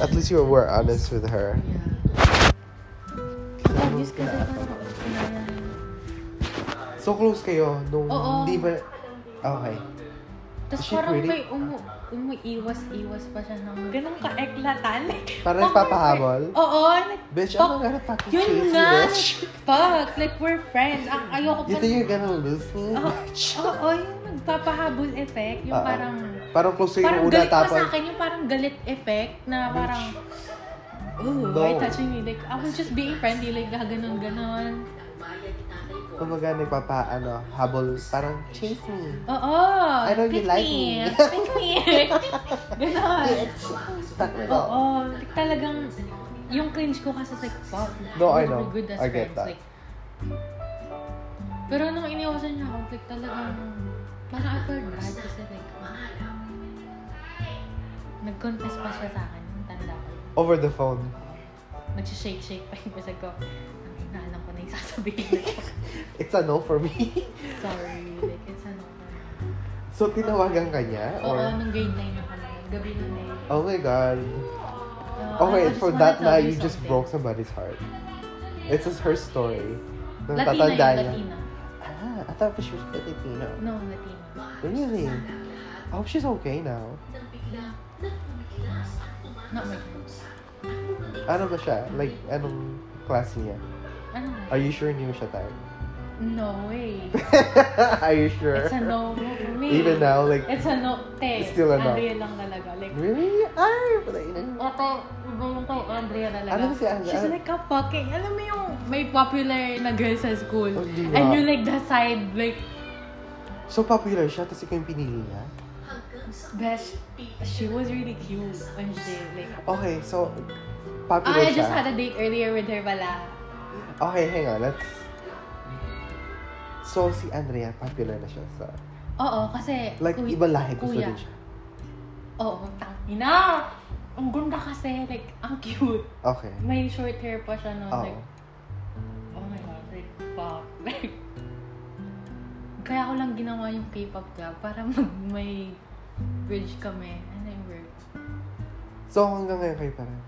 At least you were honest with her. Obvious kasi parang kinaya. So close kayo nung Oo. hindi ba... Okay. Tapos Is she parang pretty? may umu umuiwas-iwas pa siya ng ganun ka-eklatan. Parang nagpapahabol? Oo, like, Bitch, Fuck. I'm not gonna fucking chase yun you, nga. bitch. Fuck, like we're friends. Ang ayoko You pa. think you're gonna lose me? Oo, oo, yung nagpapahabol effect. Yung Oo. parang, Parang close kayo parang nung una galit pa tapos... sa akin. Yung parang galit effect na parang, Ooh, No. why touching me? Like, I was just being friendly. Like, gaganon, ganon. Kumaga nagpapa, ano, habol. Parang chase me. Oo. I know you pick like me. Pick me. ganon. Stuck na ako. Oo, like talagang yung cringe ko kasi like, wow, No, I we're know. good as I get friends. that. Like, pero nung iniwasan niya ako, like talagang, parang I felt bad kasi like, nag-confess pa siya sa akin, yung tanda ko. Over the phone. Nag-shake-shake pa yung bisag ko. Ang ina, alam ko na yung sasabihin ko. It's a no for me. Sorry, like, it's ano. so, tinawagan ka niya? Oo, Or... nung grade 9 ako na, gabi na na yun. Oh my god. Uh, Okay, I just for wanna that tell night, you just something. broke somebody's heart. It's just her story. Nang Latina yun, tatandaan niya. Latina. Ah, I thought she was Filipino. No, Latina. Really? I hope she's okay now. Not my friends. Ano ba siya? Like, anong class niya? Ano nga? Are you sure new siya tayo? No way. Are you sure? It's a no for me. Even now, like, It's a no. Te, It's still a no. Andrea lang talaga. Like, really? Ay, patay na. ate, iba yung kay Andrea talaga. Ano si Andrea? She's like a fucking, alam mo yung may popular na girl sa school. Oh, di ba? And you like that side, like, So popular siya, tapos ikaw yung pinili niya? best. She was really cute when she did, like, Okay, so, Ah, popular I siya. just had a date earlier with her pala. Okay, hang on, let's... So, si Andrea, popular na siya sa... Oo, kasi... Like, kuy- iba lahi gusto kuya. din siya. Oo, tangina! Ang ganda kasi, like, ang cute. Okay. May short hair pa siya, no? Oo. Like, Oh my god, like, fuck. Like, kaya ko lang ginawa yung K-pop club para mag may bridge kami. And then we're... So, hanggang ngayon kayo parang...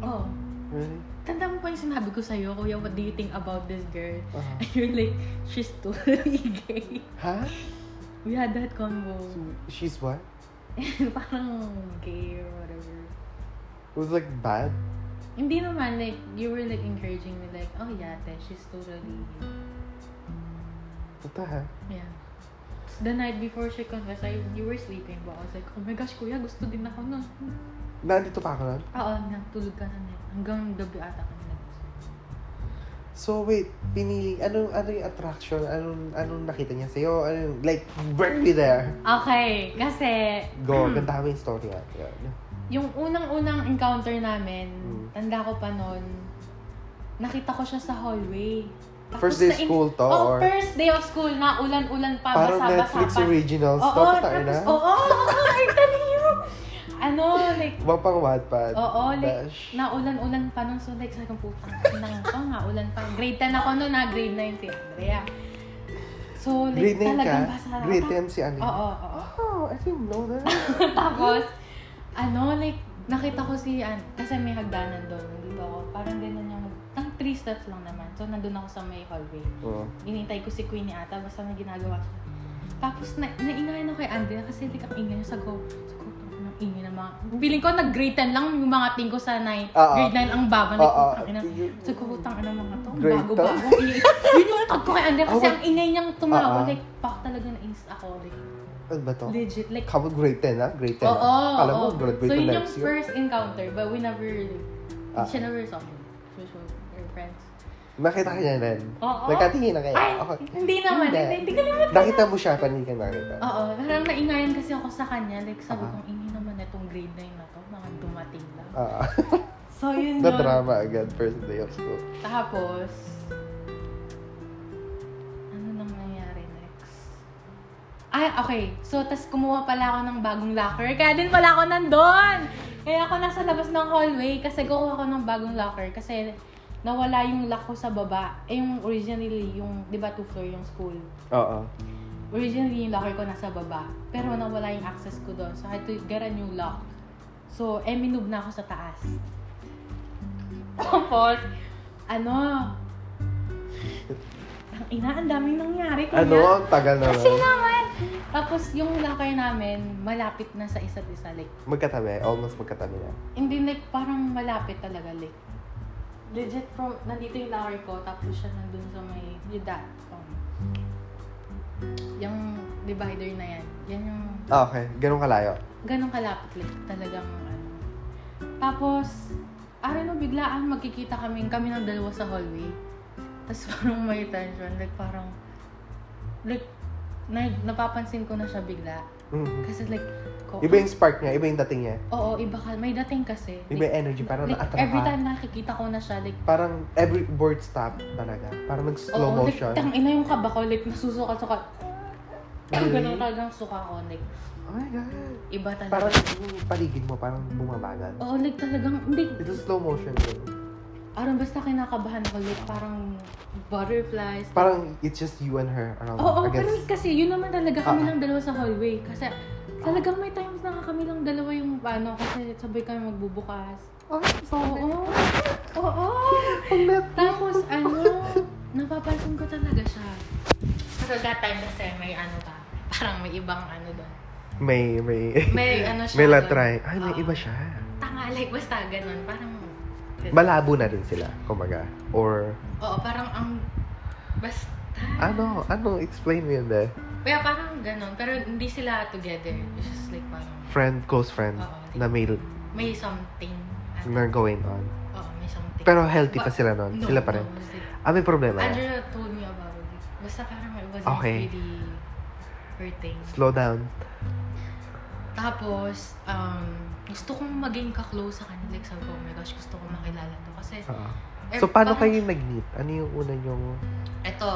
Oh, Really? tanda mo pa yung sinabi ko sa'yo, kuya, what do you think about this girl? Uh-huh. And you're like, she's totally gay. Ha? We had that convo. So, she's what? Parang gay or whatever. It was like bad? Hindi naman, like, you were like encouraging me, like, oh yeah, te, she's totally gay. What the heck? Yeah. The night before she confessed, I, you were sleeping, but I was like, oh my gosh, kuya, gusto din ako nun. Nandito pa ako nun? Oo, natulog ka na net. Hanggang gabi ata kami nag-usap. So, wait, pinili... Anong, ano yung attraction? Anong, anong nakita niya sa'yo? Anong, like, bring me there! Okay, kasi Go, Hmm. ganda kami yung story ah. Yun. yung unang-unang encounter namin, Mm. tanda ko pa noon, nakita ko siya sa hallway. Tapos First day na in- school to, Oh, or- first day of school na ulan-ulan pa, Parang basa-basa Netflix pa. originals. Oo, to, tayo tapos, na. oo, ay, taliyo! Ano, like, Wag pang Wattpad. Oo, like, Dash. naulan-ulan pa nun. So, like, sabi ko, putang nang ko, naulan pa. Grade 10 ako nun, na grade 9 si Andrea. So, like, Grade 9 ka? talagang basa ako. Grade 10 si Ani. Oo, oo. Oh, I didn't know that. Tapos, ano, like, nakita ko si An, kasi may hagdanan doon. Nandito ako, parang ganun yung, ang three steps lang naman. So, nandun ako sa may hallway. Oo. Inintay ko si Queenie ata, basta may ginagawa siya. Tapos, na, nainahin ako kay Andrea kasi like, ang ingay niya. Sabi ko, sabi ko, "Tang, ang ingay ng mga... Feeling ko, nag-grade 10 lang yung mga tingin ko sa 9. Oo. Grade 9 ang baba. Like, Oo. putang ina. Sabi ko, putang ina mga to. Grade Bago-bago. ingay." Yun yung tag ko kay Andrea kasi Oh, ang ingay niyang tumawa. Oo. Like, fuck talaga na ins ako. Like, Ano ba Ah, to? legit. Like, Kapag grade 10, ha? Grade 10. oo. ah. Alam mo, oo. graduate So, ko yun yung next year. first encounter. But we never, like, Ah. she never saw me. So, so, we're friends. Nakita ka niya rin. Oo. Nagkatingin na kayo. Oh. Ay, Okay. hindi naman. Hindi. Hindi, hindi ko naman Nakita mo siya, panin ka nakita. Oo, parang naingayan kasi ako sa kanya. Like, sabi Ah. kong, ini naman itong grade 9 na to, mga dumating lang. Ah, So, yun na yun. drama agad, first day of school. Tapos, ano nang nangyari next? Ay, okay. So, tas kumuha pala ako ng bagong locker. Kaya din pala ako nandun! Kaya ako nasa labas ng hallway kasi kukuha ako ng bagong locker. Kasi nawala yung lock ko sa baba. Eh, yung originally, yung, di ba, two floor yung school. Oo. Originally, yung locker ko nasa baba. Pero nawala yung access ko doon. So, I had to get a new lock. So, eh, minove na ako sa taas. Tapos, ano, ang ina, ang daming nangyari. kuya. Ano? Ang tagal naman. Kasi naman. Tapos, yung locker namin, malapit na sa isa't isa. Like, Magkatabi. Almost magkatabi na. hindi like, parang malapit talaga. Like, legit from, nandito yung locker ko, tapos siya nandun sa may, yung that, um, yung divider na yan. Yan yung, Ah, okay. Ganun kalayo. ganun kalapit, like, talagang, ano. Tapos, I don't know, biglaan magkikita kami, kami ng dalawa sa hallway. Tapos parang may tension, like parang, like, na, napapansin ko na siya bigla. Mhm. Kasi like, ko, Iba yung spark niya. Iba yung dating niya. Oo, iba ka. May dating kasi. Iba yung energy. Parang like, naatrapa. every time nakikita ko na siya, like, Parang every word stop talaga. Parang nag-slow oo, like, motion. tang ina yung kaba ko, like, nasusuka-suka. Really? Ganun talagang suka ko, like, Oh my God. iba talaga. Parang yung paligid mo, parang bumabagal. Oo, like, talagang, hindi, Ito slow motion. yun. parang basta kinakabahan ako, like, parang butterflies. Parang it's just you and her around. I Oo, guess. pero kasi, yun naman talaga kami Ah, ah. lang dalawa sa hallway. Kasi, talagang may times na nga kami lang dalawa yung, ano, kasi sabay kami magbubukas. Oh, so, Oo, oo. ang net. Tapos, ano, napapansin ko talaga siya. Pero that time kasi may ano ka, parang may ibang ano doon. May, may, May ano siya. may doon. latry. Ay, may Oo. iba siya. Tanga, like basta ganun. Parang, Malabo na rin sila, kumaga. Or, oo, parang ang, basta. ano, ano, explain mo yun eh. Kaya parang ganun, pero hindi sila together. It's just like parang, Friend, close friend, Oo, hindi. na may, may something. Ano, na going on. oo, may something. Pero healthy pa But- sila nun. No, Sila pa rin. no, it's like- Ah, may problema na. Andrea told me about it. Basta parang it wasn't Okay. really hurting. Slow down. Tapos, um, gusto kong maging ka-close sa kanila. Like, sabi ko, oh my gosh, gusto kong makilala to. Kasi, Oo. eh, So, paano parang- kayo nag-meet? Ano yung una yung, Eto,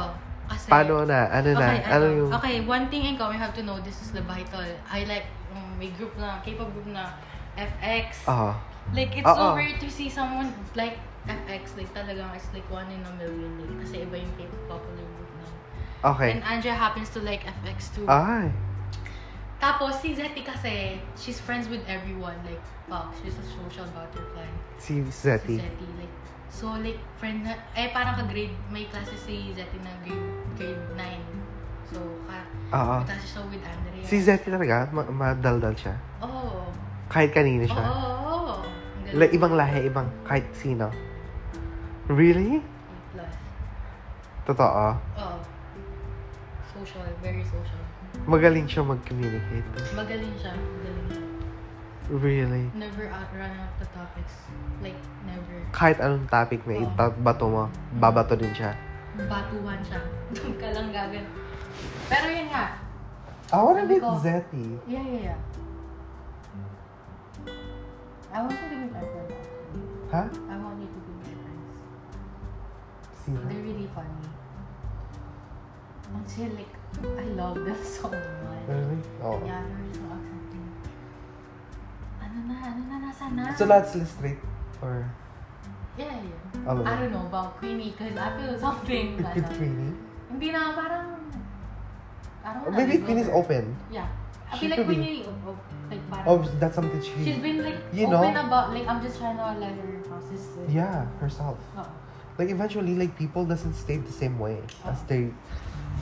kasi... paano na, ano na, Okay, ano ano, yung, okay, one thing ikaw, we have to know, this is the vital. I like, um, may group na, K-pop group na, FX. ah, Like, it's Oo. so rare to see someone like FX. Like, talagang, it's like one in a million. Like, kasi iba yung K-pop popular group na. okay. Ah. And Andrea happens to like FX too. Ay, Tapos, si Zeti kasi, she's friends with everyone. Like, wow, she's a social butterfly. si Si Zeti. Zeti, like, so, like, friend na, eh, parang ka-grade, may klase si Zeti na grade, grade 9. So, ka, Oo. may klase siya with Andrea. Ah. Oh, Si Zeti talaga, ma- madaldal siya. Oo. Kahit kanino Oo, siya. oo, oo. oh, Ang Like, galing. ibang lahi, ibang kahit sino. Really? Plus, Totoo. oo. Social, very social. Magaling siya mag-communicate. Magaling siya, magaling siya. Really? Never outrun out the topics. Like, never. Kahit anong topic na Oo. itabato mo, babato din siya. Batuhan siya. Doon ka lang gagan. Pero yun nga. I wanna Sabi meet ko- Zeti. Yeah, yeah, yeah. I want you to be my friend. actually. Ha? I want you to be my friends. Sino? They're really funny. Actually, like, I love them so much. Really? Oo. Yeah, they're so accepting. Ano na, ano na, nasa na? So, lahat sila straight? Or, yeah, yeah. ano I ba? don't know about Queenie because I feel something. With with ano. Queenie? Hindi na, parang... I don't know. Maybe like, Queenie's over- open. Yeah. I She feel like could be. Queenie, oh, oh, like parang... Oh, that's something she... She's been like You open know? about like I'm just trying to let her process it. Yeah, herself. Oo. Like, eventually, like, people doesn't stay the same way as Oo. they...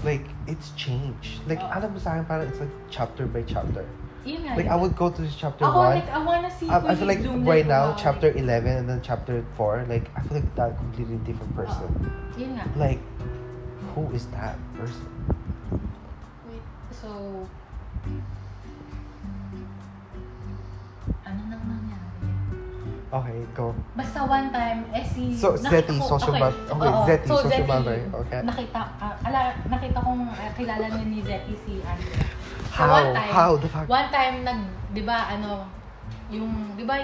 Like, it's changed. Like, Oo. alam mo sa akin, parang it's like chapter by chapter. Yun nga. Like, yun. I would go to chapter Ako, 1. like, I wanna see I, I feel like Queenie bloom right like, now, wow, chapter like, 11 and then chapter 4, like, I feel like that completely different person. yun nga. Like, who is that person? Wait, so... Ano nang nangyari? Okay, go. Basta one time, eh si... So, nakita Zeti, ko- social okay, bub- okay, oo. Zeti, So, social Zeti, bubble, okay. Nakita, ah, ala, nakita kong ah, kilala na ni Zeti si Andrea. So, How? one time- How the fuck? One time, nag, di ba, ano, yung, di ba,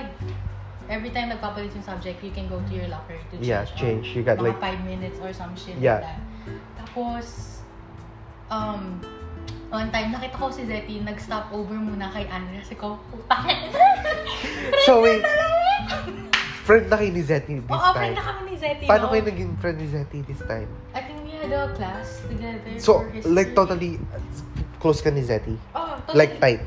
every time nagpapalit yung subject, you can go to your locker to change. Yeah, change. You got, mga like- five minutes or some shit Yeah. like that. Tapos, um, one time, nakita ko si Zeti, nag-stop over muna kay Andrea. Kasi ko, putang. So, wait. friend na kayo ni Zetty this Oo, time. friend na kami ni Zeti. Paano no? kayo naging friend ni Zetty this time? I think we had a class together So, for history. like totally uh, close ka ni Zetty? Oh, totally. Like tight?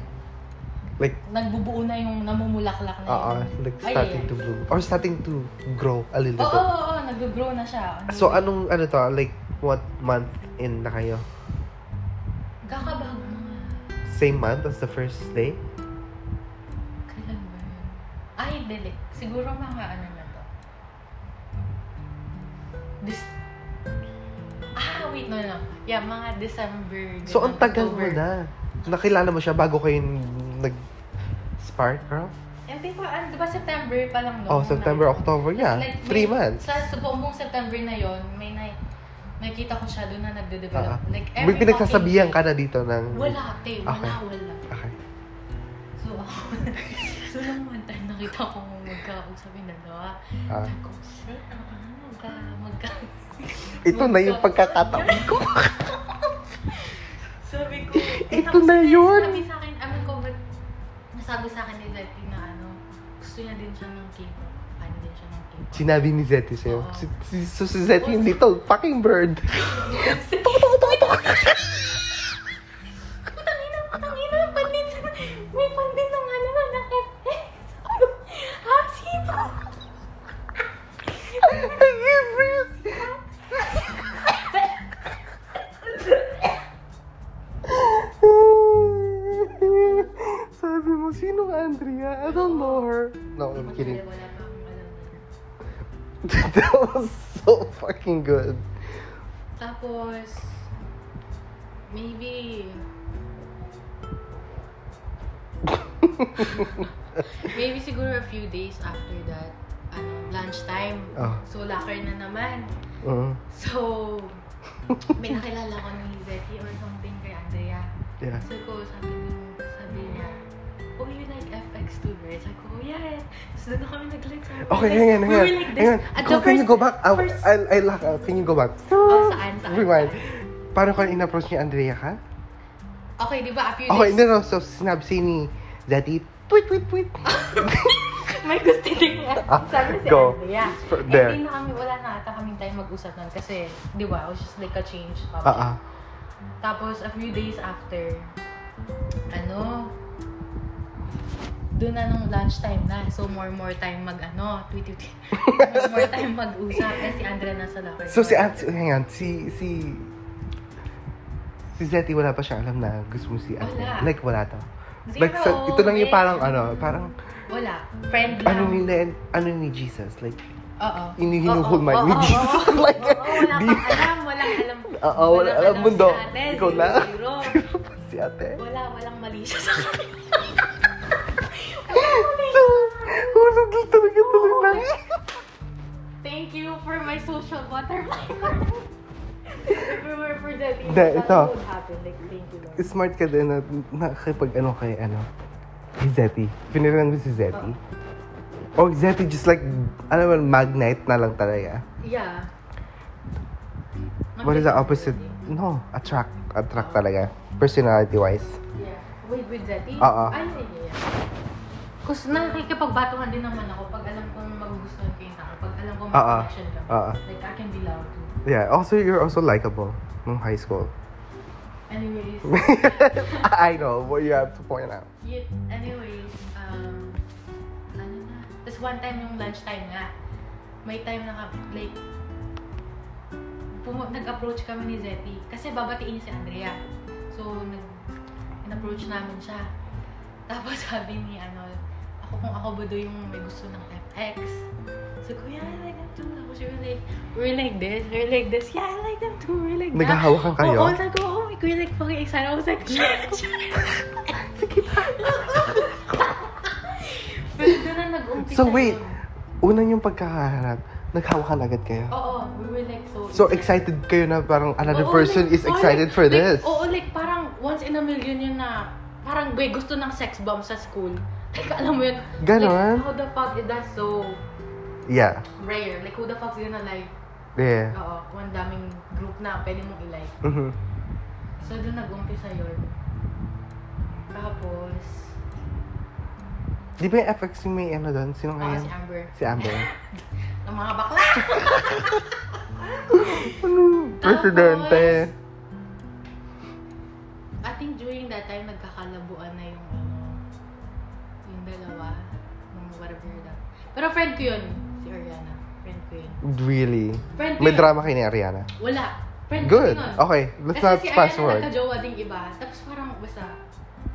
Like, Nagbubuo na yung namumulaklak na ah, ah, yun. like Ay, starting ay. to bloom. Or starting to grow a little Oo, oo, bit. oo, nag-grow na siya. Ano So, yun? anong, ano to, like, what month in na kayo? Kakabago na nga. Same month as the first day? Kailan ba yun? Ay, delete. Siguro mga ano na to. This... Ah, wait, no, no. Yeah, mga December. So, ganun, ang tagal mo October. na. Nakilala mo siya bago kayo nag-spark, girl? Hindi pa, ano, di ba September pa lang no? Oh, September, October, yeah. Like, Three may- months. Sa sa buong buong September na yon may na, nakita ko siya doon na Ah, nagde-develop. Like, May pinagsasabihan fucking ka na dito ng... day. Wala, te. Wala, wala. Okay. So, ako, so lang one time nakita ko magkausap yung dalawa. Ah. Sabi ko, shit, ano ba na magka, magka. Ito na yung pagkakataon ko. Sabi ko, Ito tapos na may yun. Sabi sa akin, amin ko, ba't nasabi sa akin ni Zetty na ano, gusto niya din siya ng K-pop. Fan din siya ng K-pop. Sinabi ni Zetty sa'yo. Oo. Si- si- So, si Zetty yung little fucking bird. Tok, tok, tok, tok. Tangina, tangina, pandit. May pandit ng ano na nakit. Ha, sino? Sabi mo, sino ka, Andrea? I don't know her. No, I'm kidding. Wala pa akong alam. that was so fucking good. Tapos, maybe, maybe siguro a few days after that, ano, lunchtime. Ah. So, locker na naman. Uh, So, may nakilala ko ni Zetty or something kay Andrea. yeah. So ko, sabi, ni- sabi niya, oh, you like FX too, right? Sabi ko, yes. Tapos doon na kami nag-like. Sabi ko, Okay, like, hang on, hang we on. were like this. hang on. At Can, the can you first- go back? I, first- I, I laugh. out. Can you go back? Oh, saan, saan? Rewind. Paano ka in-approach ni Andrea ka? Okay, di ba? A few Okay, days. no, no. So, sinabi si ni Zeti, tweet, tweet, tweet. May gusto din niya. Sabi Ah, si Go. Andrea. For- Eh, there. di na kami, wala na ata kaming time mag-usap nun. Kasi, di ba, I was just like a change. Ah, ah. Tapos, a few days after, ano, doon na nung lunchtime na. So, more more time mag, ano, tweet, tweet, tweet. more more time mag-usap. Eh, si Andrea nasa locker. So, si Ant, hang on. Si, si, si Zeti, wala pa siya alam na gusto mo si Andrea. Wala. Like, wala to. Zero, Like, sa- ito lang yung eh. parang, ano, parang, Wala. Friend lang. ano ni, ano ni Jesus? Like, Oo. inihinuhol Oo, man oo, ni oo, Jesus. oo, Like, oo, wala di- kang alam, walang alam. Oo, wala walang alam mundo. sa atin, Ikaw na. zero, zero. ano si ate. Wala, walang mali siya sa akin. So, hulog lang talaga talaga lang. Oh. Thank you for my social butterfly. If it were for the leader, Hindi, ito. would happen. Like, thank you, Lord. Smart ka din na nakakipag ano kay ano. Si Zeti. Pinilan mo si Zeti. Or Oh. Zeti just like, alam mo, magnite na lang talaga. Yeah. What is the opposite? No, attract. Attract talaga. Personality-wise. Yeah. Wait, with Eh, Zeti? Oo. Ay, yeah, yeah, yeah. Kasi nakikipagbatuhan din naman ako pag alam kong magugustuhan ko yung tao. Pag alam kong may Oo. connection kami. Oo. Like, I can be loud too. Uh-uh. Yeah, also, you're also likable nung high school. Anyways, I know what you have to point out. yun, anyways, um, ano na. Tapos one time yung lunchtime nga, may time na, ka- like, pumu- nag-approach kami ni Zeti. Kasi babatiin niya si Andrea. So, nag, in-approach namin siya. Tapos sabi ni, ano, ako kung ako ba daw yung may gusto ng FX. So, kuya, I like them too. Tapos we were like, we're like this, we're like this. Yeah, I like them too, we're like that. Naghahawakan kayo? Oo, sabi ko, oh my God, like, fucking excited. I was like, shit, shit. Sige pa. Pero doon na nag-umpisa So, wait. yun. Unang yung pagkakaharap, naghawakan agad kayo. Oo, we were like so So excited kayo na parang another Oo, person like- is excited oo, for like- this. Oo, like parang once in a million yun na parang be gusto ng sex bomb sa school. Like alam mo yun. Ganon? Like, how the fuck is that so Yeah. rare? Like who the fuck's gonna like? Yeah. Oo, kung ang daming group na pwede mong i-like. Mhm. So doon nag-umpisa yun. Tapos, Di ba yung FX yung may ano doon? Sino Ako kaya? si Amber. Si Amber. Ang mga bakla! Oh, ano? Presidente. I think during that time, nagkakalabuan na yung ano, yung dalawa, yung whatever that. Pero friend ko yun, si Ariana. Friend ko yun. Really? Friend ko May yun. drama kayo ni Ariana? Wala. Friend Good. ko yun. Okay, let's not Kasi si fast Ariana forward. nagka-jowa ding iba. Tapos parang basta,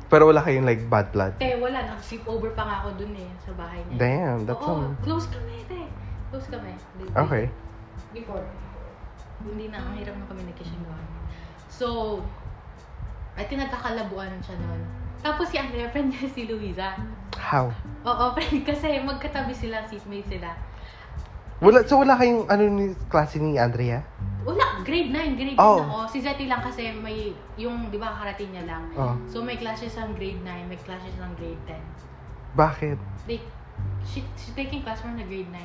Pero wala kayong like bad blood. te, wala. Nag-sleepover pa nga ako dun eh, sa bahay niya. Damn, that's Oo, some... close kami, te. Close kami. Like, Okay. before. Hindi na, ang hirap ng communication doon. So, I think nagkakalabuan siya noon. Tapos si Andrea, friend niya si Luisa. How? Oo, friend kasi magkatabi sila, seatmate sila. Wala, so wala kayong ano ni klase ni Andrea? Wala, grade 9, grade 10 Oh. ako. Si Zeti lang kasi may, yung, di ba, karating niya lang. Oh. So, may classes ang grade 9, may classes ang grade 10. Bakit? Like, she, she taking class from the grade 9.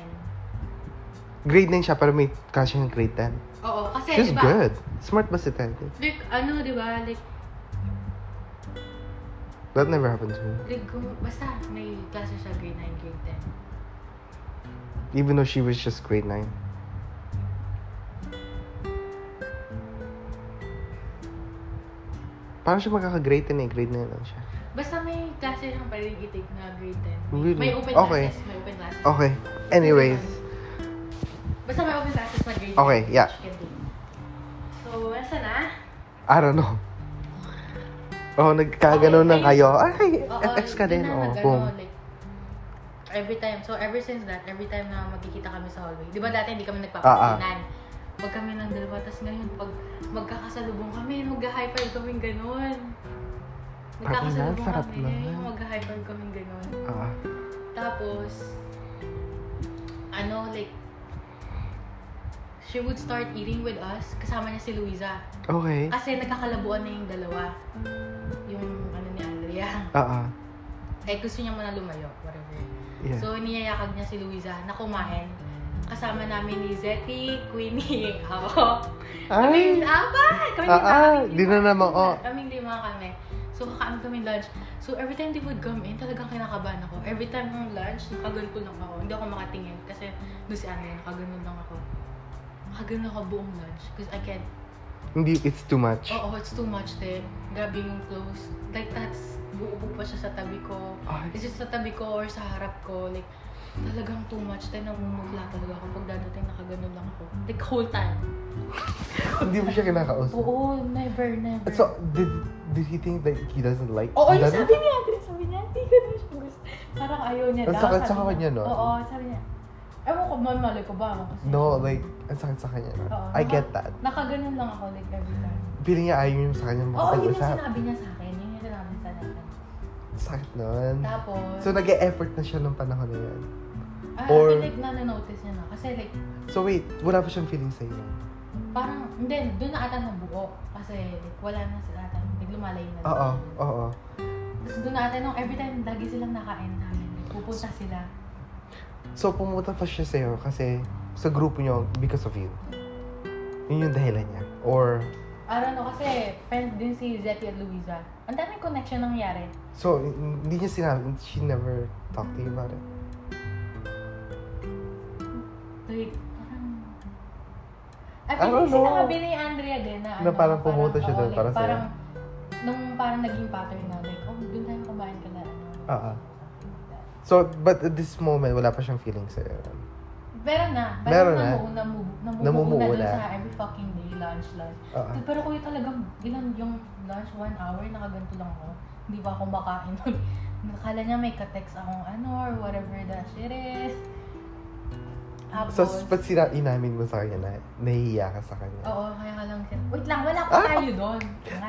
Grade 9 siya pero may klase ng grade 10. Oo, kasi, She's di ba, good. Smart ba si Teddy? like, ano, di ba, like, That never happened to me. like, kung- basta, may classes siya grade 9, grade 10. Even though she was just grade 9. Parang siya magkaka-grade 10 eh. Grade 9 lang siya. Basta may klase lang pa rin itik na grade 10. May, Really? may open Okay. classes, may open classes. Okay. Anyways. Basta may open classes na grade 10. Okay, yeah. which you can do. So, nasa na? I don't know. Oh, nagkaganon na Okay, kayo. Ay, Oo, FX ka doon din. na Oh, nag- boom. ano, like, every time. So, ever since that, every time na magkikita kami sa hallway. Di ba dati hindi kami Ah, nagpapasinan? Pag kami ng dalawa, tas ngayon, pag magkakasalubong kami, magka-high five kami ganun. Magkakasalubong Tangina, sarap kami, naman. magka-high five kami ganun. Ah, Tapos, ano, like, she would start eating with us. Kasama niya si Luisa. okay. Kasi nagkakalabuan na yung dalawa. Yung ano ni Andrea. Ah, ah. Eh, gusto niya muna lumayo. Whatever. Yeah. So, niyayakag niya si Luisa na kumain. Kasama namin ni Zeti, Queenie, ako. Ay, Kaming apat! Kaming Ah, ah, lima, kaming di na lima, naman, kaming oh. la- Kaming lima kami. So, kakain kami lunch. So, every time they would come in, talagang kinakabahan ako. Every time ng lunch, nakagalko lang ako. Hindi ako makatingin. Kasi, doon si Anne, nakaganon lang ako. Nakaganon ako buong lunch. Because I can't. hindi, it's too much. Oo, it's too much din. Grabe yung clothes. Like, that's, buo pa siya sa tabi ko. Ay. Is it sa tabi ko or sa harap ko? Like, talagang too much. Then, namumugla talaga ako. Pag dadating, nakaganon lang ako. Like, whole time. Hindi mo siya kinakausap. Oo, never, never. So, did, did he think that he doesn't like Oo, you? yung sabi niya, Andres, sabi niya, hindi ko na siya gusto. Parang ayaw niya Ang daw, sakit sa sabi kanya, no? Oo, sabi niya. Ewan ko, man, malay ko ba? ano Kasi, No, like, ang sakit sa kanya. no? Oo, I naka- get that. Nakaganon lang ako, like, every time. Feeling niya ayaw niya Mm, sa kanya Oo, yun yung makapag-usap. sinabi niya sa akin. Yun yung sinabi niya sa akin. Sakit nun. Tapos, So, nag effort na siya nung panahon na yun. ah, or- I feel like nananotice niya na. Kasi, like, So, wait, wala pa siyang feeling sa'yo. parang, hindi, doon na ata nabuo. Kasi, like, wala na sa ata. Like, lumalayo na. Oo, oo. Tapos doon na ata, nung every time, lagi silang nakain namin. Like, pupunta sila. So, pumunta pa siya sa'yo kasi sa grupo niyo because of you. Yun yung dahilan niya. Or, Araw no, kasi friends din si Zeti at Luisa. Ang daming connection nangyari. so, hindi niya sinabi, she never talked to you about it. Like, parang... I I feel don't like know. sinabi ni Andrea din na, Na parang pumunta siya oo, doon like, para sa'yo. parang, Nung parang naging pattern na, like, oh, doon tayo kumain ka na, ano. Oo. something like that. So, but at this moment, wala pa siyang feeling sa'yo. Meron na. Meron Meron na. na. Namumuo Namumuo na doon na. Ah. sa every fucking day, lunch, lunch. Oo. Pero kuya talagang, ilan yung lunch, one hour, nakaganto lang ako. Hindi pa ako makain nun. Nakala niya may ka-text akong ano or whatever that shit is. Tapos, So, ba't sila inamin mo sa kanya na nahihiya ka sa kanya? oo, kaya ka lang siya. Wait lang, wala pa Ah! tayo doon.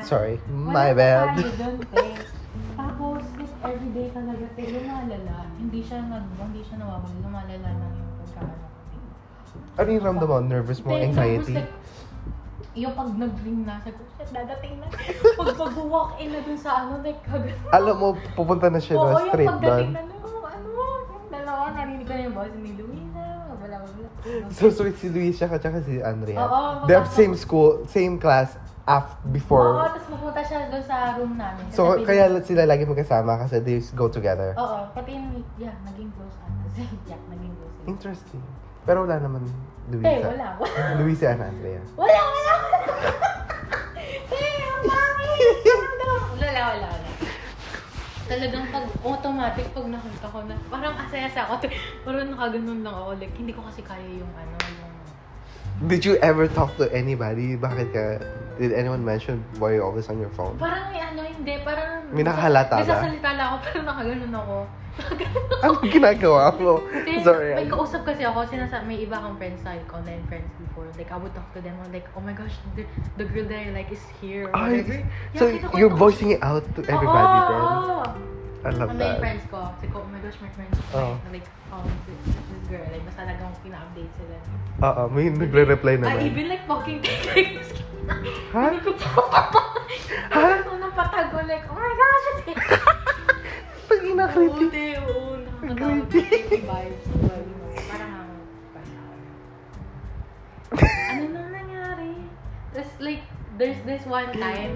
Sorry, Wala my pa bad. tayo doon, te. Tapos, like, everyday talaga, te, lumalala. Hindi siya nag, hindi siya nawawala. Lumalala lang yung pagkakaroon ko. Ano yung ramdam mo? Nervous mo? Then, Anxiety? tapos, like, yung pag nag-ring na, sabi ko, shit, dadating na. Pag pag-walk in na dun sa ano, like, kagano. Alam mo, pupunta na siya Oo, na yung straight doon. pagdating na, no, ano, yung dalawa, narinig ko na yung boses ni Luina, wala, wala. So sweet si Luis siya at saka si Andrea. Oo, They have papasok. same school, same class, af before. Oo, tapos pupunta siya doon sa room namin. so, Sasabihin- kaya sila lagi magkasama kasi they just go together. Oo, pati yung, yeah, naging close ata. Si Jack, naging close. sila. Interesting. Pero wala naman Luisa. Eh, wala. Wala, Luisa and Andrea. wala, wala. Eh, ang pangit. Wala, wala, wala. Talagang pag automatic pag nakita ko na, parang asaya sa ako. Parang nakaganon lang ako. Like, hindi ko kasi kaya yung ano, yung... Did you ever talk to anybody? Bakit ka? Did anyone mention why you're always on your phone? Parang may ano, hindi. Parang... May nakahalata ba? Nagsasalita lang ako, parang nakaganon ako. Ano ginagawa mo? Kasi Sorry. I- may kausap kasi ako, sinasa may iba akong friends like online friends before. Like, I would talk to them, I'm like, oh my gosh, the, the girl that I like is here. or Ay, whatever. Yeah, so kinukwento you're ko- voicing it out to everybody, Oo, bro. oo. I love Online that. Ano friends ko. Sabi ko, oh my gosh, my friends ko. Oo. Like, oh, this, this girl. Like, basta talagang pina-update sila. Oo, may nagre-reply I naman. even like fucking like, Ha? Hindi ko pa Ha? Unang patago, like, oh my gosh, it's Pag ina-creepy. Buti, oo. Nakakatawa. Creepy. Creepy vibes. Parang parang ang Ano na nangyari? Tapos like, there's this one time,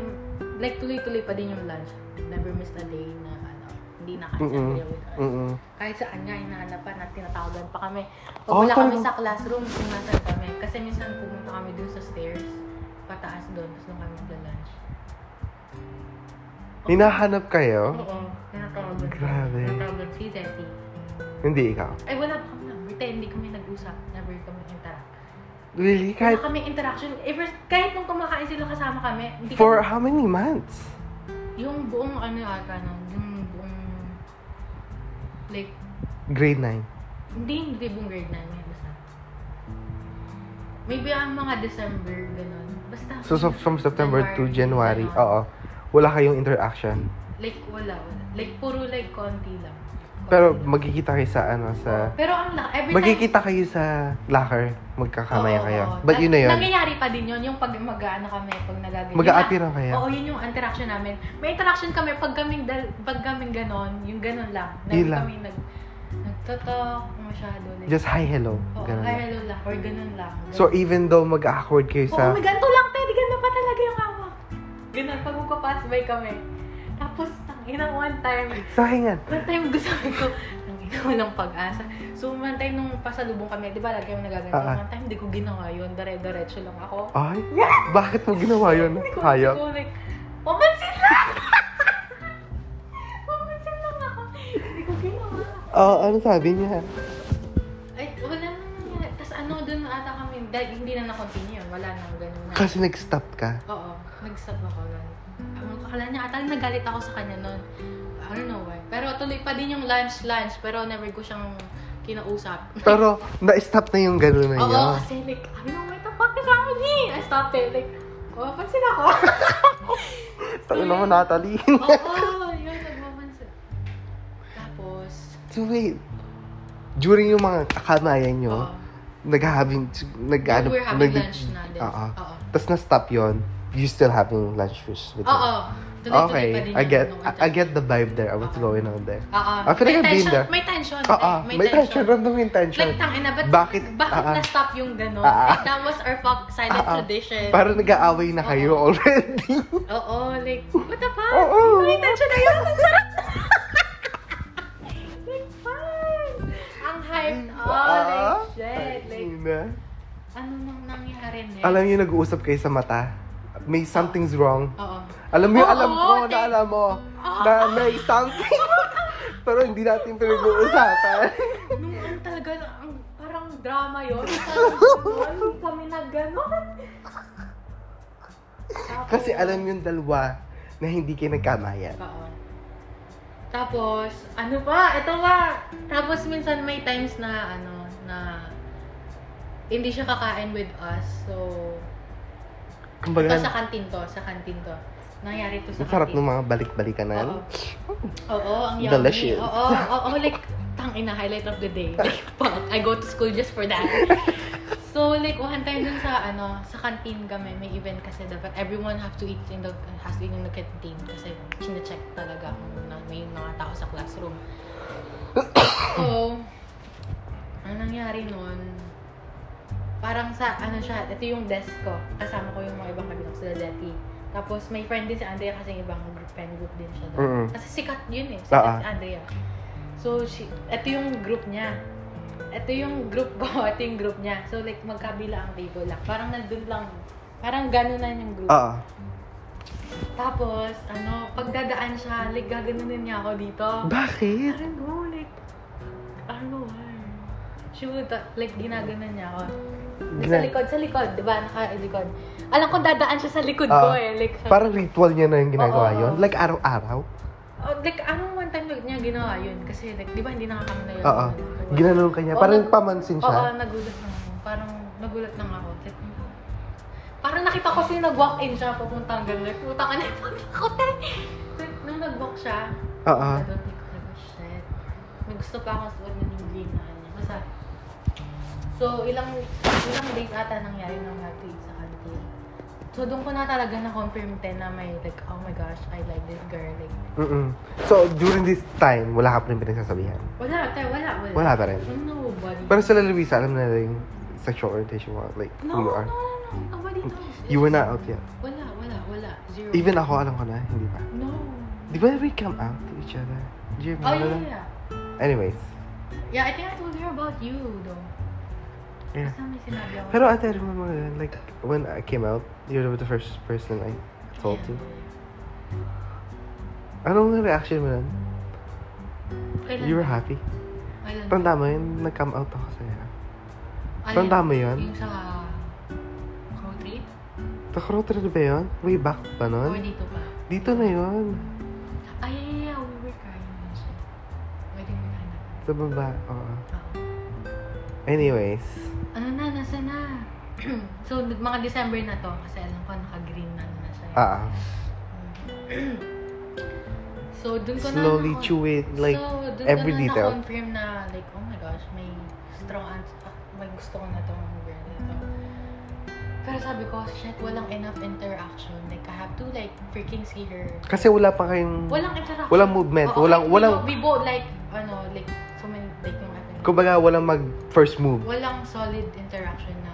like tuloy-tuloy pa din yung lunch. Never missed a day na ano, hindi Mm-mm. nakasabi with us. Mm-mm. Kahit saan nga, hinahanapan at tinatawagan pa kami. Pag Oh, wala kami talaga? sa classroom, kung nasan kami. Kasi minsan pumunta kami dun sa stairs, pataas doon, tapos doon kami magla-lunch. Hinahanap kayo? Oo, tinatawagan. Grabe. Tinatawagan si Zetty. Hindi ikaw. Ay, wala pa kami number 10. Hindi kami nag-usap. Never kami interact. Really? Kahit, Kahit wala kami interaction. Ever, kahit nung kumakain sila kasama kami, hindi for kami, how many months? yung buong ano ata nun, yung buong, like, Grade 9. hindi, hindi buong grade namin. Basta. Maybe ang mga December, ganun. Basta. So, so from September to January. ganun. Oo. Wala kayong interaction. Like, wala, wala. Like, puro like konti lang. Konti Pero lang. magkikita kayo sa ano, sa... Pero ang la- every time, Magkikita kayo sa locker. Magkakamaya Oo, kayo. oo. But yun na yun. Nangyayari pa din yun, yung pag mag-ano kami, pag nagagawin. Mag-aatiran kayo. Oo, yun yung interaction namin. May interaction kami pag kaming, dal, pag kaming ganon, yung ganon lang. Na Yun hindi lang. kami nag, nagtotalk masyado. Like, Just hi, hello. oo, Ganun hi, lang. hello lang, or ganon lang. So even though mag-awkward kayo Oo, oh sa... may ganito lang, pwede ganun pa talaga yung hawak. Ganon, pag magpa-pass by kami. Tapos, tanginang one time, Sa hingan. One time gusto ko, nang ikaw lang pag-asa. So, one time nung pasalubong kami, di ba lagi yung nagaganyan. Ah, ah. One time, hindi ko ginawa yun. Dare-diretso lang ako. Ay? Bakit mo ginawa yun? Hindi ko Ah, Hayop. Ko, like, pamansin lang! pamansin lang ako. Hindi ko ginawa. Oo, ano sabi niya? Ay, wala na nangyari. Tapos ano, dun ata kami, dahil hindi na na-continue. Wala na, ganun na. Kasi nag-stop ka. Oo, nag-stop ako lang. Ang kakala niya, ata nagalit ako sa kanya noon. I don't know why. Pero tuloy pa din yung lunch-lunch, pero never ko siyang kinausap. Pero na-stop na yung gano'n na Oo, yun. kasi like, I don't know what the fuck is happening? I stopped it. Like, oh, pansin ako. Tayo naman, Natalie. Oo, yun, nagmamansin. Tapos, so wait. During yung mga kamayan nyo, oo. nag-having, ano, nag-ano, we're having lunch na din. Oo. Oo. Tapos na-stop yun, you still having lunch with with Oo. them. Tuloy-tuloy pa Okay, din I yung get, ano, I, I get the vibe there. What's Oo. going on there? Oo. I feel like May I've been tension- there. May tension. Oo, may tension. Random yung tension. Like, tangin na, ba't, Bakit? bakit Ah, ah. na-stop yung gano'n? Ah, ah. Like, that was our fuck silent Ah, ah. tradition. Parang nag-aaway na kayo Oo. already. Oo, like, what the fuck? Oo. May tension na yun. Ang sarap. like, fun. Ang hyped all, Ah. like, shit. Like, Ina. ano nang nangyari next? Alam niyo, nag-uusap kayo sa mata. May something's wrong. Oo. Alam mo, Oo, alam ko na like- alam mo na may something. Pero hindi natin pinag-uusapan. Nung ang talaga, ang parang drama yun. Parang gano'n, hindi kami na gano'n. Tapos- Kasi alam yung dalawa na hindi kayo nagkamayan. Oo. Tapos, ano pa? Ito pa! Tapos minsan may times na, ano, na hindi siya kakain with us. So, ito sa Kumbaga, kantin to, sa kantin to. Nangyari to sa ang sarap ng kantin. mga balik-balikanan. Oo. Oo, ang yummy. Delicious. Oo, oo, like, tang ina, highlight of the day. Like, fuck, I go to school just for that. So, like, one time dun sa, ano, sa canteen kami, may event kasi dapat everyone have to eat in the, has to eat in the canteen kasi chinecheck talaga kung na, may mga tao sa classroom. So, ang nangyari nun, parang sa, ano siya, ito yung desk ko. Kasama ko yung mga ibang kabilang sila dati. Tapos may friend din si Andrea kasi yung ibang group, friend group din siya doon. Mm-mm. Kasi sikat yun eh, sikat Ah, si Andrea. So, she, ito yung group niya. Ito yung group ko, ito yung group niya. So, like, magkabila ang table lang. Parang nandun lang. Parang ganunan yung group. Oo. Tapos, ano, pagdadaan siya, like, gaganunin niya ako dito. I Bakit? don't know, like, I don't know why. Ano, She would, uh, like, ginaganan niya ako. Sa Gina- likod, sa likod, di ba? Naka-likod. Alam ko, dadaan siya sa likod ko Ah. eh. Like, sabi- Parang ritual niya na yung ginagawa Oo. yun? Like araw-araw? Oh, like, anong one time niya ginawa yun? Kasi, like, di ba, hindi nakakam na yun. Oo. Ginanon kanya. Oo, Parang nag- pamansin Oo, siya. nagulat na ako. Parang, nagulat na nga ako. Like, parang nakita ko siya nag-walk-in siya papunta ang ganun. Like, putang ano, pagkakot eh. Like, nung nag-walk siya, Oo. I don't think I was "Oh, shit. May gusto pa akong suot na ningli na kanya. Basta, so ilang ilang days ata nangyari nung nag-tweet sa kantin. So doon ko na talaga na-confirm din na may like, oh my gosh, I like this girl. Like, Mm-mm. So, during this time, wala ka pa rin pinagsasabihan? wala, tayo, wala, wala. Wala pa rin. Ano, Nobody. Pero sila Luisa, alam na nila yung sexual orientation mo. Like, who no, you no, are. no, no, nobody knows. Mm. You were not out yet. Wala, wala, wala. Zero. Even Mm. ako, alam ko na, hindi pa. No. Di ba we come out to each other? Do you Oh, remember yeah, that? yeah. Anyways. Yeah, I think I told her about you, though. Yeah. Basta may sinabi ako. Pero ate, I remember that, like, when I came out, you were the first person I told to. Anong reaction mo nun? Kailan? You were happy? Kailan? Tanda mo yun, nag-come out ako sa'yo. Ay, Tanda mo yun? Yung sa road trip? Nakarotary na ba yun? Way back ba Or nun? dito pa? Dito na yun. Ay, ay, ay, we were crying na siya. Pwede mo na. Sa baba, oo. Oo. Anyways. Ano na, nasa na? so, nag- mga December na to, kasi alam ko naka-green na ano na siya. Ah, ah. so, dun ko na... slowly nako- chew it, like, so, dun every ko na detail. confirm na, like, oh my gosh, may strong ans- ah, may gusto ko na tong girl na to. Pero sabi ko, shit, walang enough interaction. Like, I have to, like, freaking see her. Kasi wala pa kayong... Walang interaction. Walang movement, Oo, walang- like, walang- We both like, ano, like, so many, like, yung ano. Kumbaga, walang mag first move. Walang solid interaction na,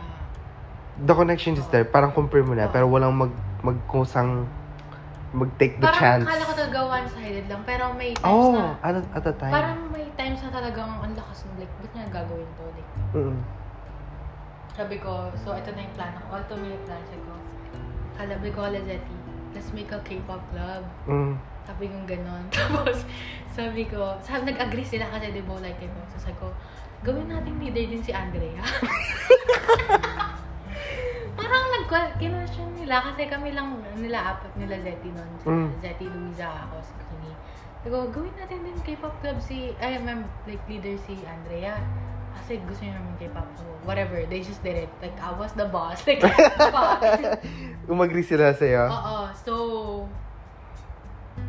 The connection is there. Parang confirm mo na. Oo. Pero walang mag magkusang mag-take the chance. parang akala ko talaga one-sided lang, pero may times Oh, na, at, at the time. parang may times na talagang ang lakas ng, like, ba't niya gagawin to? Like, Mm-mm. sabi ko, so ito na yung plan ko. Ito may plan sabi ko. Kalabi ko, Lazetti, let's make a K-pop club. Mm. Sabi ko ganon. Tapos, sabi ko, sabi, nag-agree sila kasi di ba like it. So, sabi ko, gawin natin leader din si Andrea. Parang nag kinonsiyon nila kasi kami lang nila apat nila Zeti nun. Si Mm. Zeti, Luisa, ako, si Kimi. Sabi ko, gawin natin din K-pop club si, ay, ma'am, like leader si Andrea. Kasi gusto niya naman K-pop. So, whatever, they just did it. Like, I was the boss. Like, fuck. Umagri sila sa'yo. Oo, so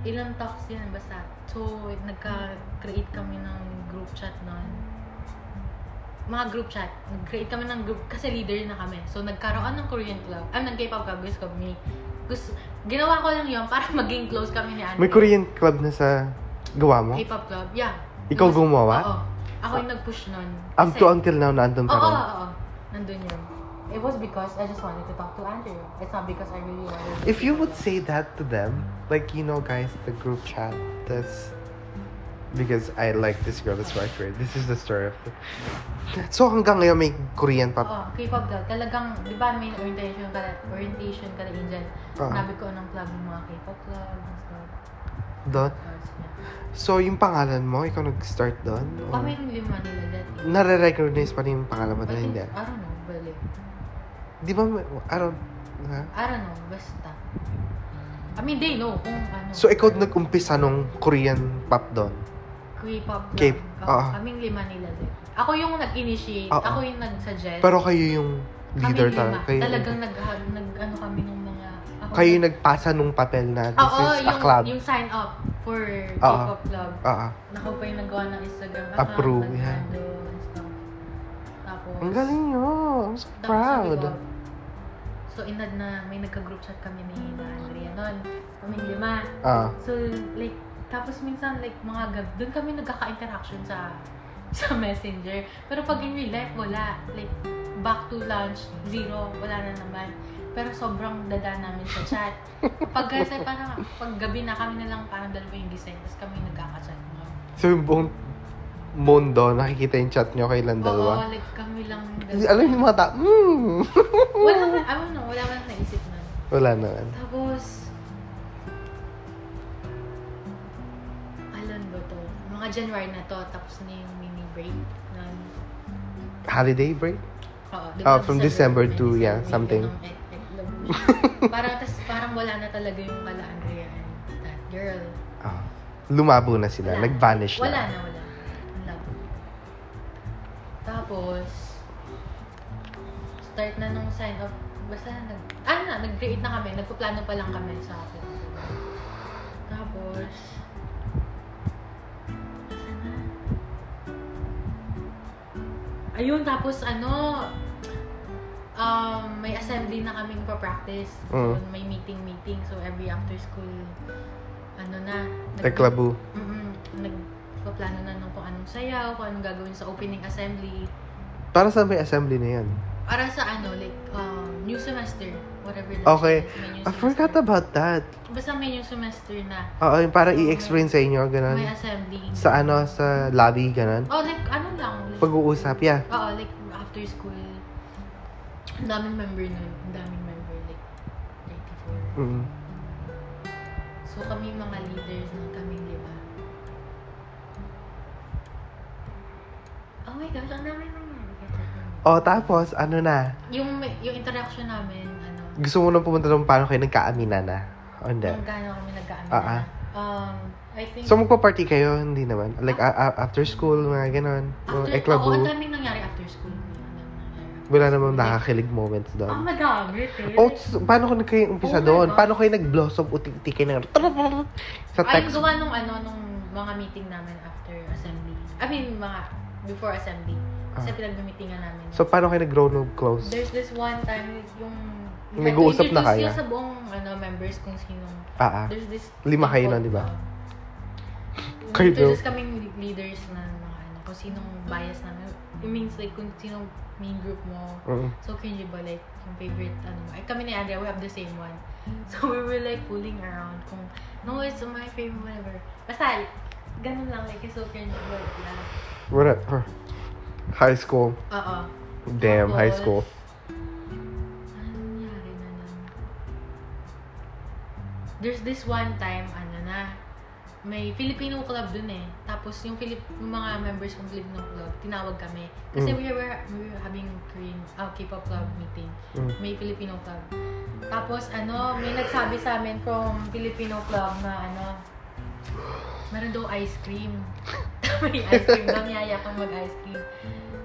ilang talks yan basta. So nagka-create kami ng group chat noon. Mga group chat. Nag-create kami ng group kasi leader na kami. So nagkaroon ng Korean club. Ah, ng K-pop club. Gusto ko, may, gusto, ginawa ko lang yon para maging close kami ni Andre. May Korean club na sa gawa mo? K-pop club, yeah. Ikaw gumawa? Oo. Ako yung nag-push nun. Up Kasi- to until now, naandun Oo, pa oo, rin. oo. Nandun yun. It was because I just wanted to talk to Andrew. It's not because I really wanted to. If you would say that to them, like, you know, guys, the group chat, that's because I like this girl, that's why I created. This is the story of the... So, hanggang ngayon, may Korean pop. Oo, Oh, K-pop daw. Talagang, di ba may orientation ka, orientation ka rin dyan. Oo. Sabi ko ng club yung mga K-pop club. mga club, Doon. clubs niya. So, yung pangalan mo, ikaw nag-start doon? Or- Kami yung lima nila dati. Nare-recognize pa rin yung pangalan mo I na think- hindi. I don't know, bali. Di ba, may- I don't... ha? I don't know, basta. I mean, they know kung ano. So, ikaw nag-umpisa nung Korean pop doon? K-pop club. K- ah. Oo, oo. Kaming lima nila dati. Ako yung nag-initiate. Oo. Ako yung nag-suggest. Ah, Pero kayo yung leader kaming talaga. lima. Kayo, Talagang nag, nag, ano kami ng mga... Ako kayo yung nagpasa nung papel na this Oo, is a yung, club. yung sign up for Oo. K-pop club. Ah, ah. Ako pa yung nagawa ng Instagram Approve, nag-handle yeah. and stuff. Tapos, Ang galing nyo. I'm so tapos sabi proud. ko, so inad na may nagka-group chat kami ni na Andrea noon. Kaming lima. Ah. So like tapos minsan like mga gab doon kami nagkaka-interaction sa sa Messenger. Pero pag in real life wala. Like back to lunch, zero, wala na naman. Pero sobrang dada namin sa chat. Pag kasi parang, pag gabi na kami na lang parang dalawa yung gising, tapos kami nagkaka-chat mo. So yung buong mundo, nakikita yung chat nyo kailan Oo, dalawa. like kami lang. Alam niyo yung mga ta- mm. Wala ka, I don't know, wala ka naisip na. Wala naman. Tapos, alam ba to? Mga January na to, tapos na yung mini break. Nun, Holiday break? oo, di Ah, ba from December may to, yeah, yun something. ang eh, ek- ek- love me. parang, tas, parang wala na talaga yung kala Andrea and that girl. Ah, lumabo na sila. Wala. Nag-vanish Wala na. na, wala. Wala po. Tapos, start na nung sign up. Basta nag, ano na, nag-create na kami. Nagpaplano pa lang kami sa akin. Tapos, basta na. Ayun, tapos ano, um, may assembly na kaming pa-practice. So, Mm. may meeting-meeting. So, every after school, ano na. nag- Teklabu. Mm-mm. Nagpaplano na nung kung anong sayaw, kung anong gagawin sa opening assembly. Para sa may assembly na yan? Para sa ano, like, um, new semester. Whatever that Okay. is, may new I forgot semester. about that. Basta may new semester na. Oo, yung para i-explain sa inyo, ganun. May assembly. Sa ano, sa lobby, ganun. Oh, like, ano lang. Like, Pag-uusap, yeah. Oo, like, after school. Ang daming member nun. Ang daming member. Like, 94. Mm. So, kami yung mga leaders ng kaming lima. Oh my gosh, ang daming mga O, tapos, ano na? Yung, yung interaction namin, ano, Gusto mo nang pumunta doon paano kayo nagkaamina na? O, hindi. kung gaano kami nagkaano. Ah, ah. Um, I think, So, magpa-party kayo? Hindi naman. Like, a- a- after school, mga ganun. O, Ah. after, oo, ang eklabo. daming nangyari after school. Ang daming nangyari after eh, Wala namang Oh, school. Like, nakakakilig moments Ang doon. madami, te. O, s- paano kung kayo umpisa Oh my doon? God. Paano kayo nag-blossom o tiktikin ng sa Ay, text? gawa nung ano, nung mga meeting namin after assembly. I mean, mga, before assembly. Ah. Kasi pinag-meetingan namin. So, paano kayo nag-grow no close? There's this one time, yung, you had to Nag-uusap na introduce kaya? yung sa buong ano, members kung sinong Ah, ah. There's this Lima kayo nun, di ba? Kayo Kayo daw. There's kaming leaders na mga ano, kung sinong bias namin. It means like kung sinong main group mo. Mm. So cringy ba like yung favorite ano mo. Ay kami ni Andrea, we have the same one. So we were like fooling around kung no, it's my favorite whatever. Basta ganun lang like it's so cringy but yeah. What up? Huh. High school. Oo. Damn, high Tapos, school. Ano nangyari na nun? There's this one time, ano na, may Filipino club dun eh. Tapos yung, Filip, yung mga members ng Filipino club, tinawag kami. Kasi Mm. we, were, we were having Korean, ah, K-pop club meeting. Mm. May Filipino club. Tapos ano, may nagsabi sa amin from Filipino club na ano, meron daw ice cream. may ice cream daw, niyaya kang mag-ice cream.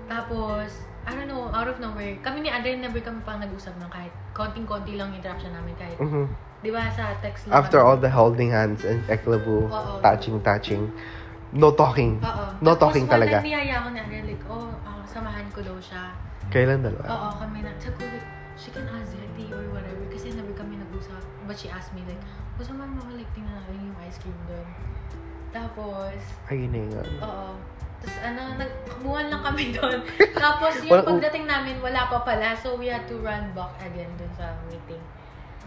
Tapos, I don't know, out of nowhere, kami ni Andre never kami pang nag-usap ng kahit konting-konti lang interaction namin kahit. Mhm. Di ba sa text lang? After kami- all the holding hands and eklabu, Oo. touching, touching, no talking. Oo. No talking Tapos, talaga. Tapos, niyaya ko ni Andre, like, oh, ah, samahan ko daw siya. Kailan dalawa? Oo, kami na. Sabi ko, like, she can ask Zetty or whatever. Kasi never kami nag-usap. But she asked me, like, gusto man mo like, tingnan natin yung ice cream doon. Tapos, Ay, yun na yun. oo. Tapos ano, nagtakbuhan lang kami doon. Tapos Wala- oh. yung pagdating namin, wala pa pala. So we had to run back again doon sa meeting.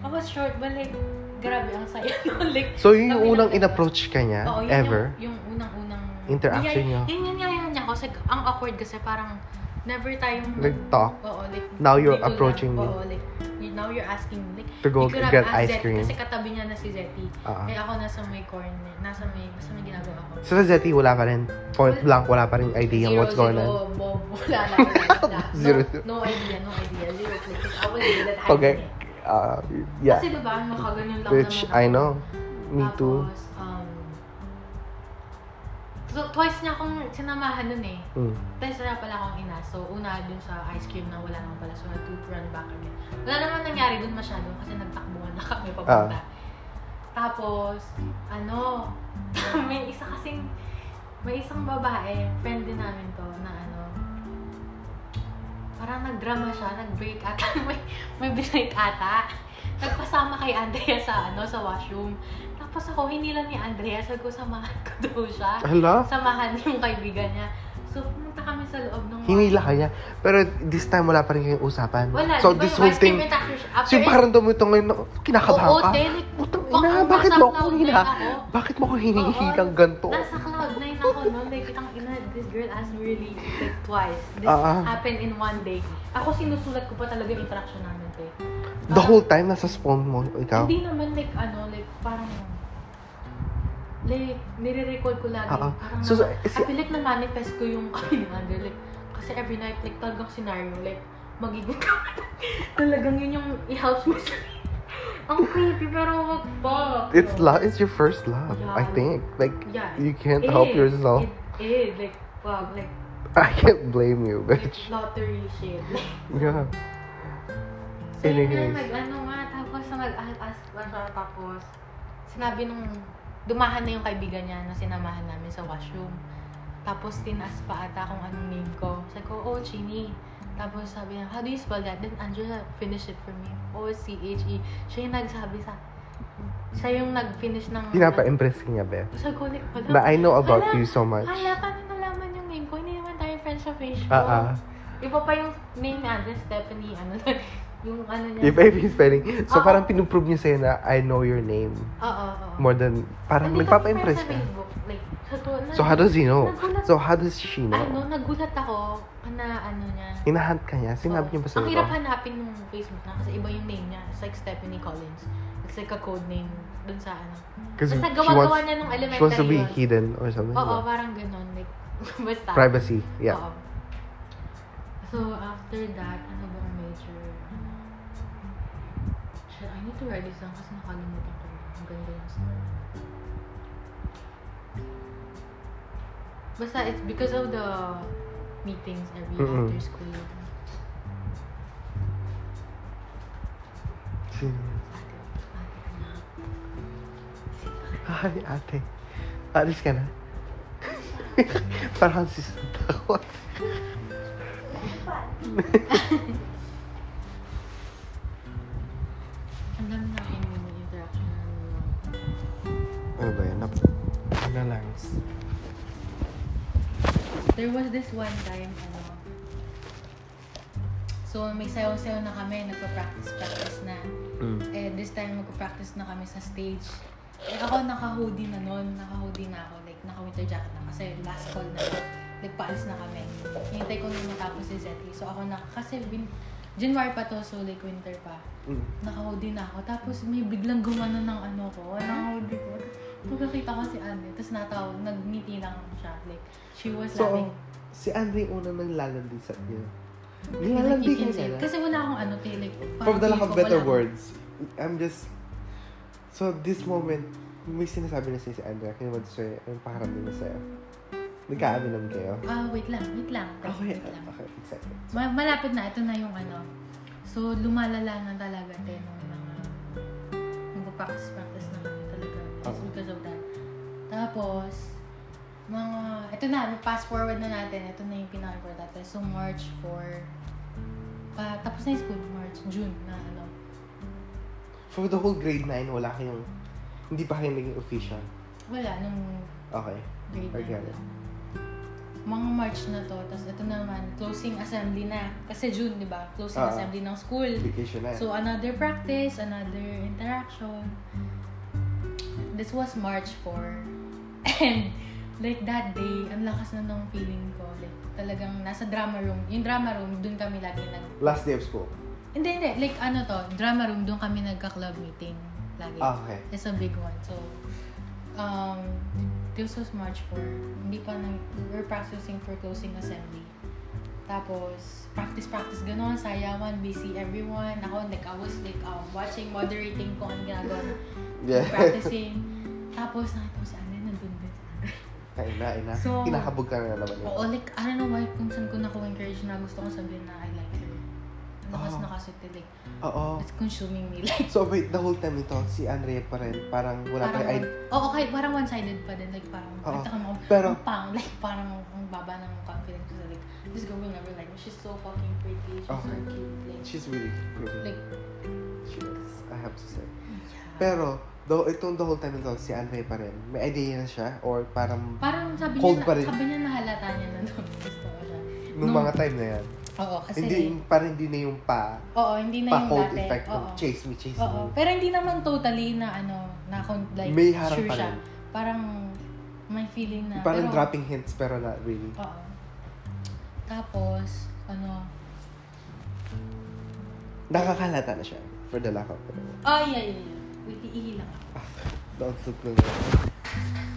I was short, but like, grabe ang saya nun. Like, So, yun yung kami unang lang- in-approach ka niya? Oo, yun ever? Yung, yung unang-unang... Interaction niyo? Yun yun yun yun niya kasi ang awkward kasi parang never tayong... Nag-talk? Oo, like... Now you're dito lang. approaching me. Oo, like, you- now you're asking me. Like, To go you could have get asked ice Zetty cream. Kasi katabi niya na si Zetty. Ah. Eh ako nasa may corner, nasa may, basta may ginagawa ako. So, sa Zeti, wala pa rin. Point Wala. blank, wala pa rin idea Zero, what's going zero, on. Bob, wala na. wala. No- Zero. No, idea, no idea. Zero, like, I was good at Okay. acting. Uh, yeah. Kasi diba, makaganyan lang Which, naman ako. I know. Me too. Tapos, um, so, twice niya akong sinamahan nun eh. Mm. Twice na pala akong ina. So, una dun sa ice cream na wala naman pala. So, I had to run back again. Wala naman nangyari dun masyado kasi nagtakbuhan na kami papunta. Tapos, ano, may isa kasing, may isang babae, friend din namin to, na ano, parang nagdrama siya, nag-break ata, may, may break ata. Nagpasama kay Andrea sa ano, sa washroom. Tapos ako, hinila ni Andrea, sabi ko, samahan ko daw siya Hala? samahan yung kaibigan niya. So, pumunta kami sa loob ng Hinila ka niya. Pero this time, wala pa rin kayong usapan. Wala, so, di ba this yung whole ice thing, cream and crackers after so, yung it- parang dumutong ngayon, na, kinakabahan Oo, ka. Derek. Putang Baka ina, bakit nasa mo ako cloud nine hina? ako. Bakit mo ako ah. Oo, hinihilang ganito? Nasa cloud nine ako noon. Like, itang ina, this girl asked me really like twice. This Ah, ah. happened in one day. Ako sinusulat ko pa talaga yung interaction namin, te. The whole time, nasa spawn mo, ikaw. Hindi naman like ano, like parang like nire-recall ko lagi. Oo. Parang Ah, So, so, na, si- I feel like na-manifest ko yung under like kasi every night like talagang scenario like magiging talagang yun yung i-house mo sa Ang creepy pero wag pa. It's love. It's your first love, Yeah. I think. Like, Yeah. you can't Eh, help yourself. Eh, eh, like wag like I can't blame you, it's bitch. lottery shit. Like, Yeah. So, yun Anyways. na, nag-ano nga, tapos nag-ask pa siya, tapos sinabi nung, dumahan na yung kaibigan niya na sinamahan namin sa washroom. Tapos tinas pa ata kung anong name ko. Sabi ko, oh, Chini. Tapos sabi niya, how do you spell that? Then Angela finished it for me. O-C-H-E. E. Siya yung nagsabi sa, siya yung nag-finish ng... Pinapa-impress ka niya, Beth. Sabi ko, like, pala. Na I know about Hala. you so much. Hala, paano nalaman yung name ko? Hindi naman tayo friends sa Facebook. Ah, ah. Iba pa yung name niya, Andre Stephanie, ano, yung ano niya. If I be spelling. So, Oo. parang pinuprove niya sa'yo na I know your name. Oo, oo. More than, parang Nandito nagpapa-impress kami ka. sa Facebook, Like, sa to, na, So, how does he know? Nagulat- So, how does she Ano, know? nagulat ako na ano niya. Hinahunt ka niya? Sinabi Oo. niya ba sa'yo? Ang to? hirap hanapin ng Facebook na kasi iba yung name niya. It's like Stephanie Collins. It's like a code name dun sa ano. Because Basta she gawa-gawa wants, niya nung she wants to elementary be yun. hidden or something. Oo, yeah. parang ganun. Like, basta. Privacy, yeah. Oo. Um, So, after that, ano bang major? Ano? Shit, I need to write this down kasi nakalimutan ko. Ang ganda yung story. Basta, it's because of the meetings every Mm-mm. after school. Sino? Hi, ate. Alis ka na? Parang si Santa Claus. Ang dami na kayo yung interaction na ano. Ano ba yan? Nap- Ano lang? There was this one time, ano, so may sayaw-sayaw na kami, nagpa-practice-practice na. Mm. Eh, this time magpa-practice na kami sa stage. Eh, ako naka-hoodie na nun. Naka-hoodie na ako. Like, naka-winter jacket na. Kasi last call na. Like, paalis na kami. Hinintay ko na matapos si Zeti. So, ako na, kasi win- January pa to, so like winter pa. Mm. Naka-hoodie na ako. Tapos may biglang gumano ng ano ko. Naka-hoodie ko. Pagkakita ko si Anne, tapos natawa, nagmiti lang siya. Like, she was So, laughing. si Andre yung unang naglalandi sa iyo. Nilalandi ka niya Nakikinsay. na. Kasi wala akong ano, te, like, For the lack parang feeling of ko better wala akong- words, I'm just... So, this moment, may sinasabi na sa'yo si Andre. Kaya mo sa'yo, anong pakaramdam niya sa'yo? Nagkaaminan kayo? Ah, wait lang, wait lang. te, Okay, wait lang. okay, excited. Ma- malapit na, ito na yung ano. So, lumalala na talaga din ng mga magpa-practice-practice na kami talaga. Just Oo. because of that. Tapos, mga, ito na, fast forward na natin. Ito na yung pinaka-importante. So, March 4, pa, tapos na yung school, March, June na ano. For the whole grade 9, wala kayong... Hindi pa kayo naging official. Wala, nung Okay. grade I get na. it. Mga March na to, tapos ito naman, closing assembly na. Kasi June, di ba? Closing Oo. assembly ng school. Vacation na. So another practice, another interaction. This was March 4. And like that day, ang lakas na nung feeling ko. Like talagang nasa drama room. Yung drama room, dun kami lagi nag... Last day of school. Hindi, hindi. Like ano to, drama room, dun kami nagka-club meeting. Lagi. Ah, okay. It's a big one. So, um, this was March 4. Hindi pa na, we're practicing for closing assembly. Tapos, practice-practice ganon, sayawan, busy everyone. Ako, like, I was like, um, watching, moderating kung ano ginagawa. Yeah. Practicing. Tapos, nakita ko si Anne, nandun din si Anne. Ay na, ay na. So- oh. Kinakabog ka na naman yun. Oo, like, I don't know why, kung saan ko nakuha yung courage na gusto kong sabihin na I like her. Ang Lakas Oo. na kasi, like, Oo. it's consuming me. Like, So wait, the whole time nito, si Andrea pa rin, parang wala pa Ah. parang, rin. one- oo, kahit parang one-sided pa din. Like, parang, Oo. nakita ka mo, Pero- ang pang, like, parang ang baba ng confidence ko. sa, Like, this girl will never like me. She's so fucking pretty. She's Okay. so cute. Like, She's really pretty. like, She is, I have to say. yeah. Pero, Though, itong the whole time na to, si Anvay pa rin. May idea na siya? Or parang, Parang sabi Cold niya, pa rin. sabi niya nahalata niya na daw gusto ko siya. nung nung- mga time na yan, Oo, kasi hindi, parang hindi na yung pa, Oo, hindi na yung pa-cold dati. effect Oo. ng chase me, chase Oo. me. Pero hindi naman totally na ano, na kon- like May harang sure pa siya. rin. Parang may feeling na. Parang pero- dropping hints, pero not really. Oo. Tapos, ano, Nakakalata na siya, for the lack of a word. ay, ay, ay, ay. Wait, iihi lang ako. Don't look na lang.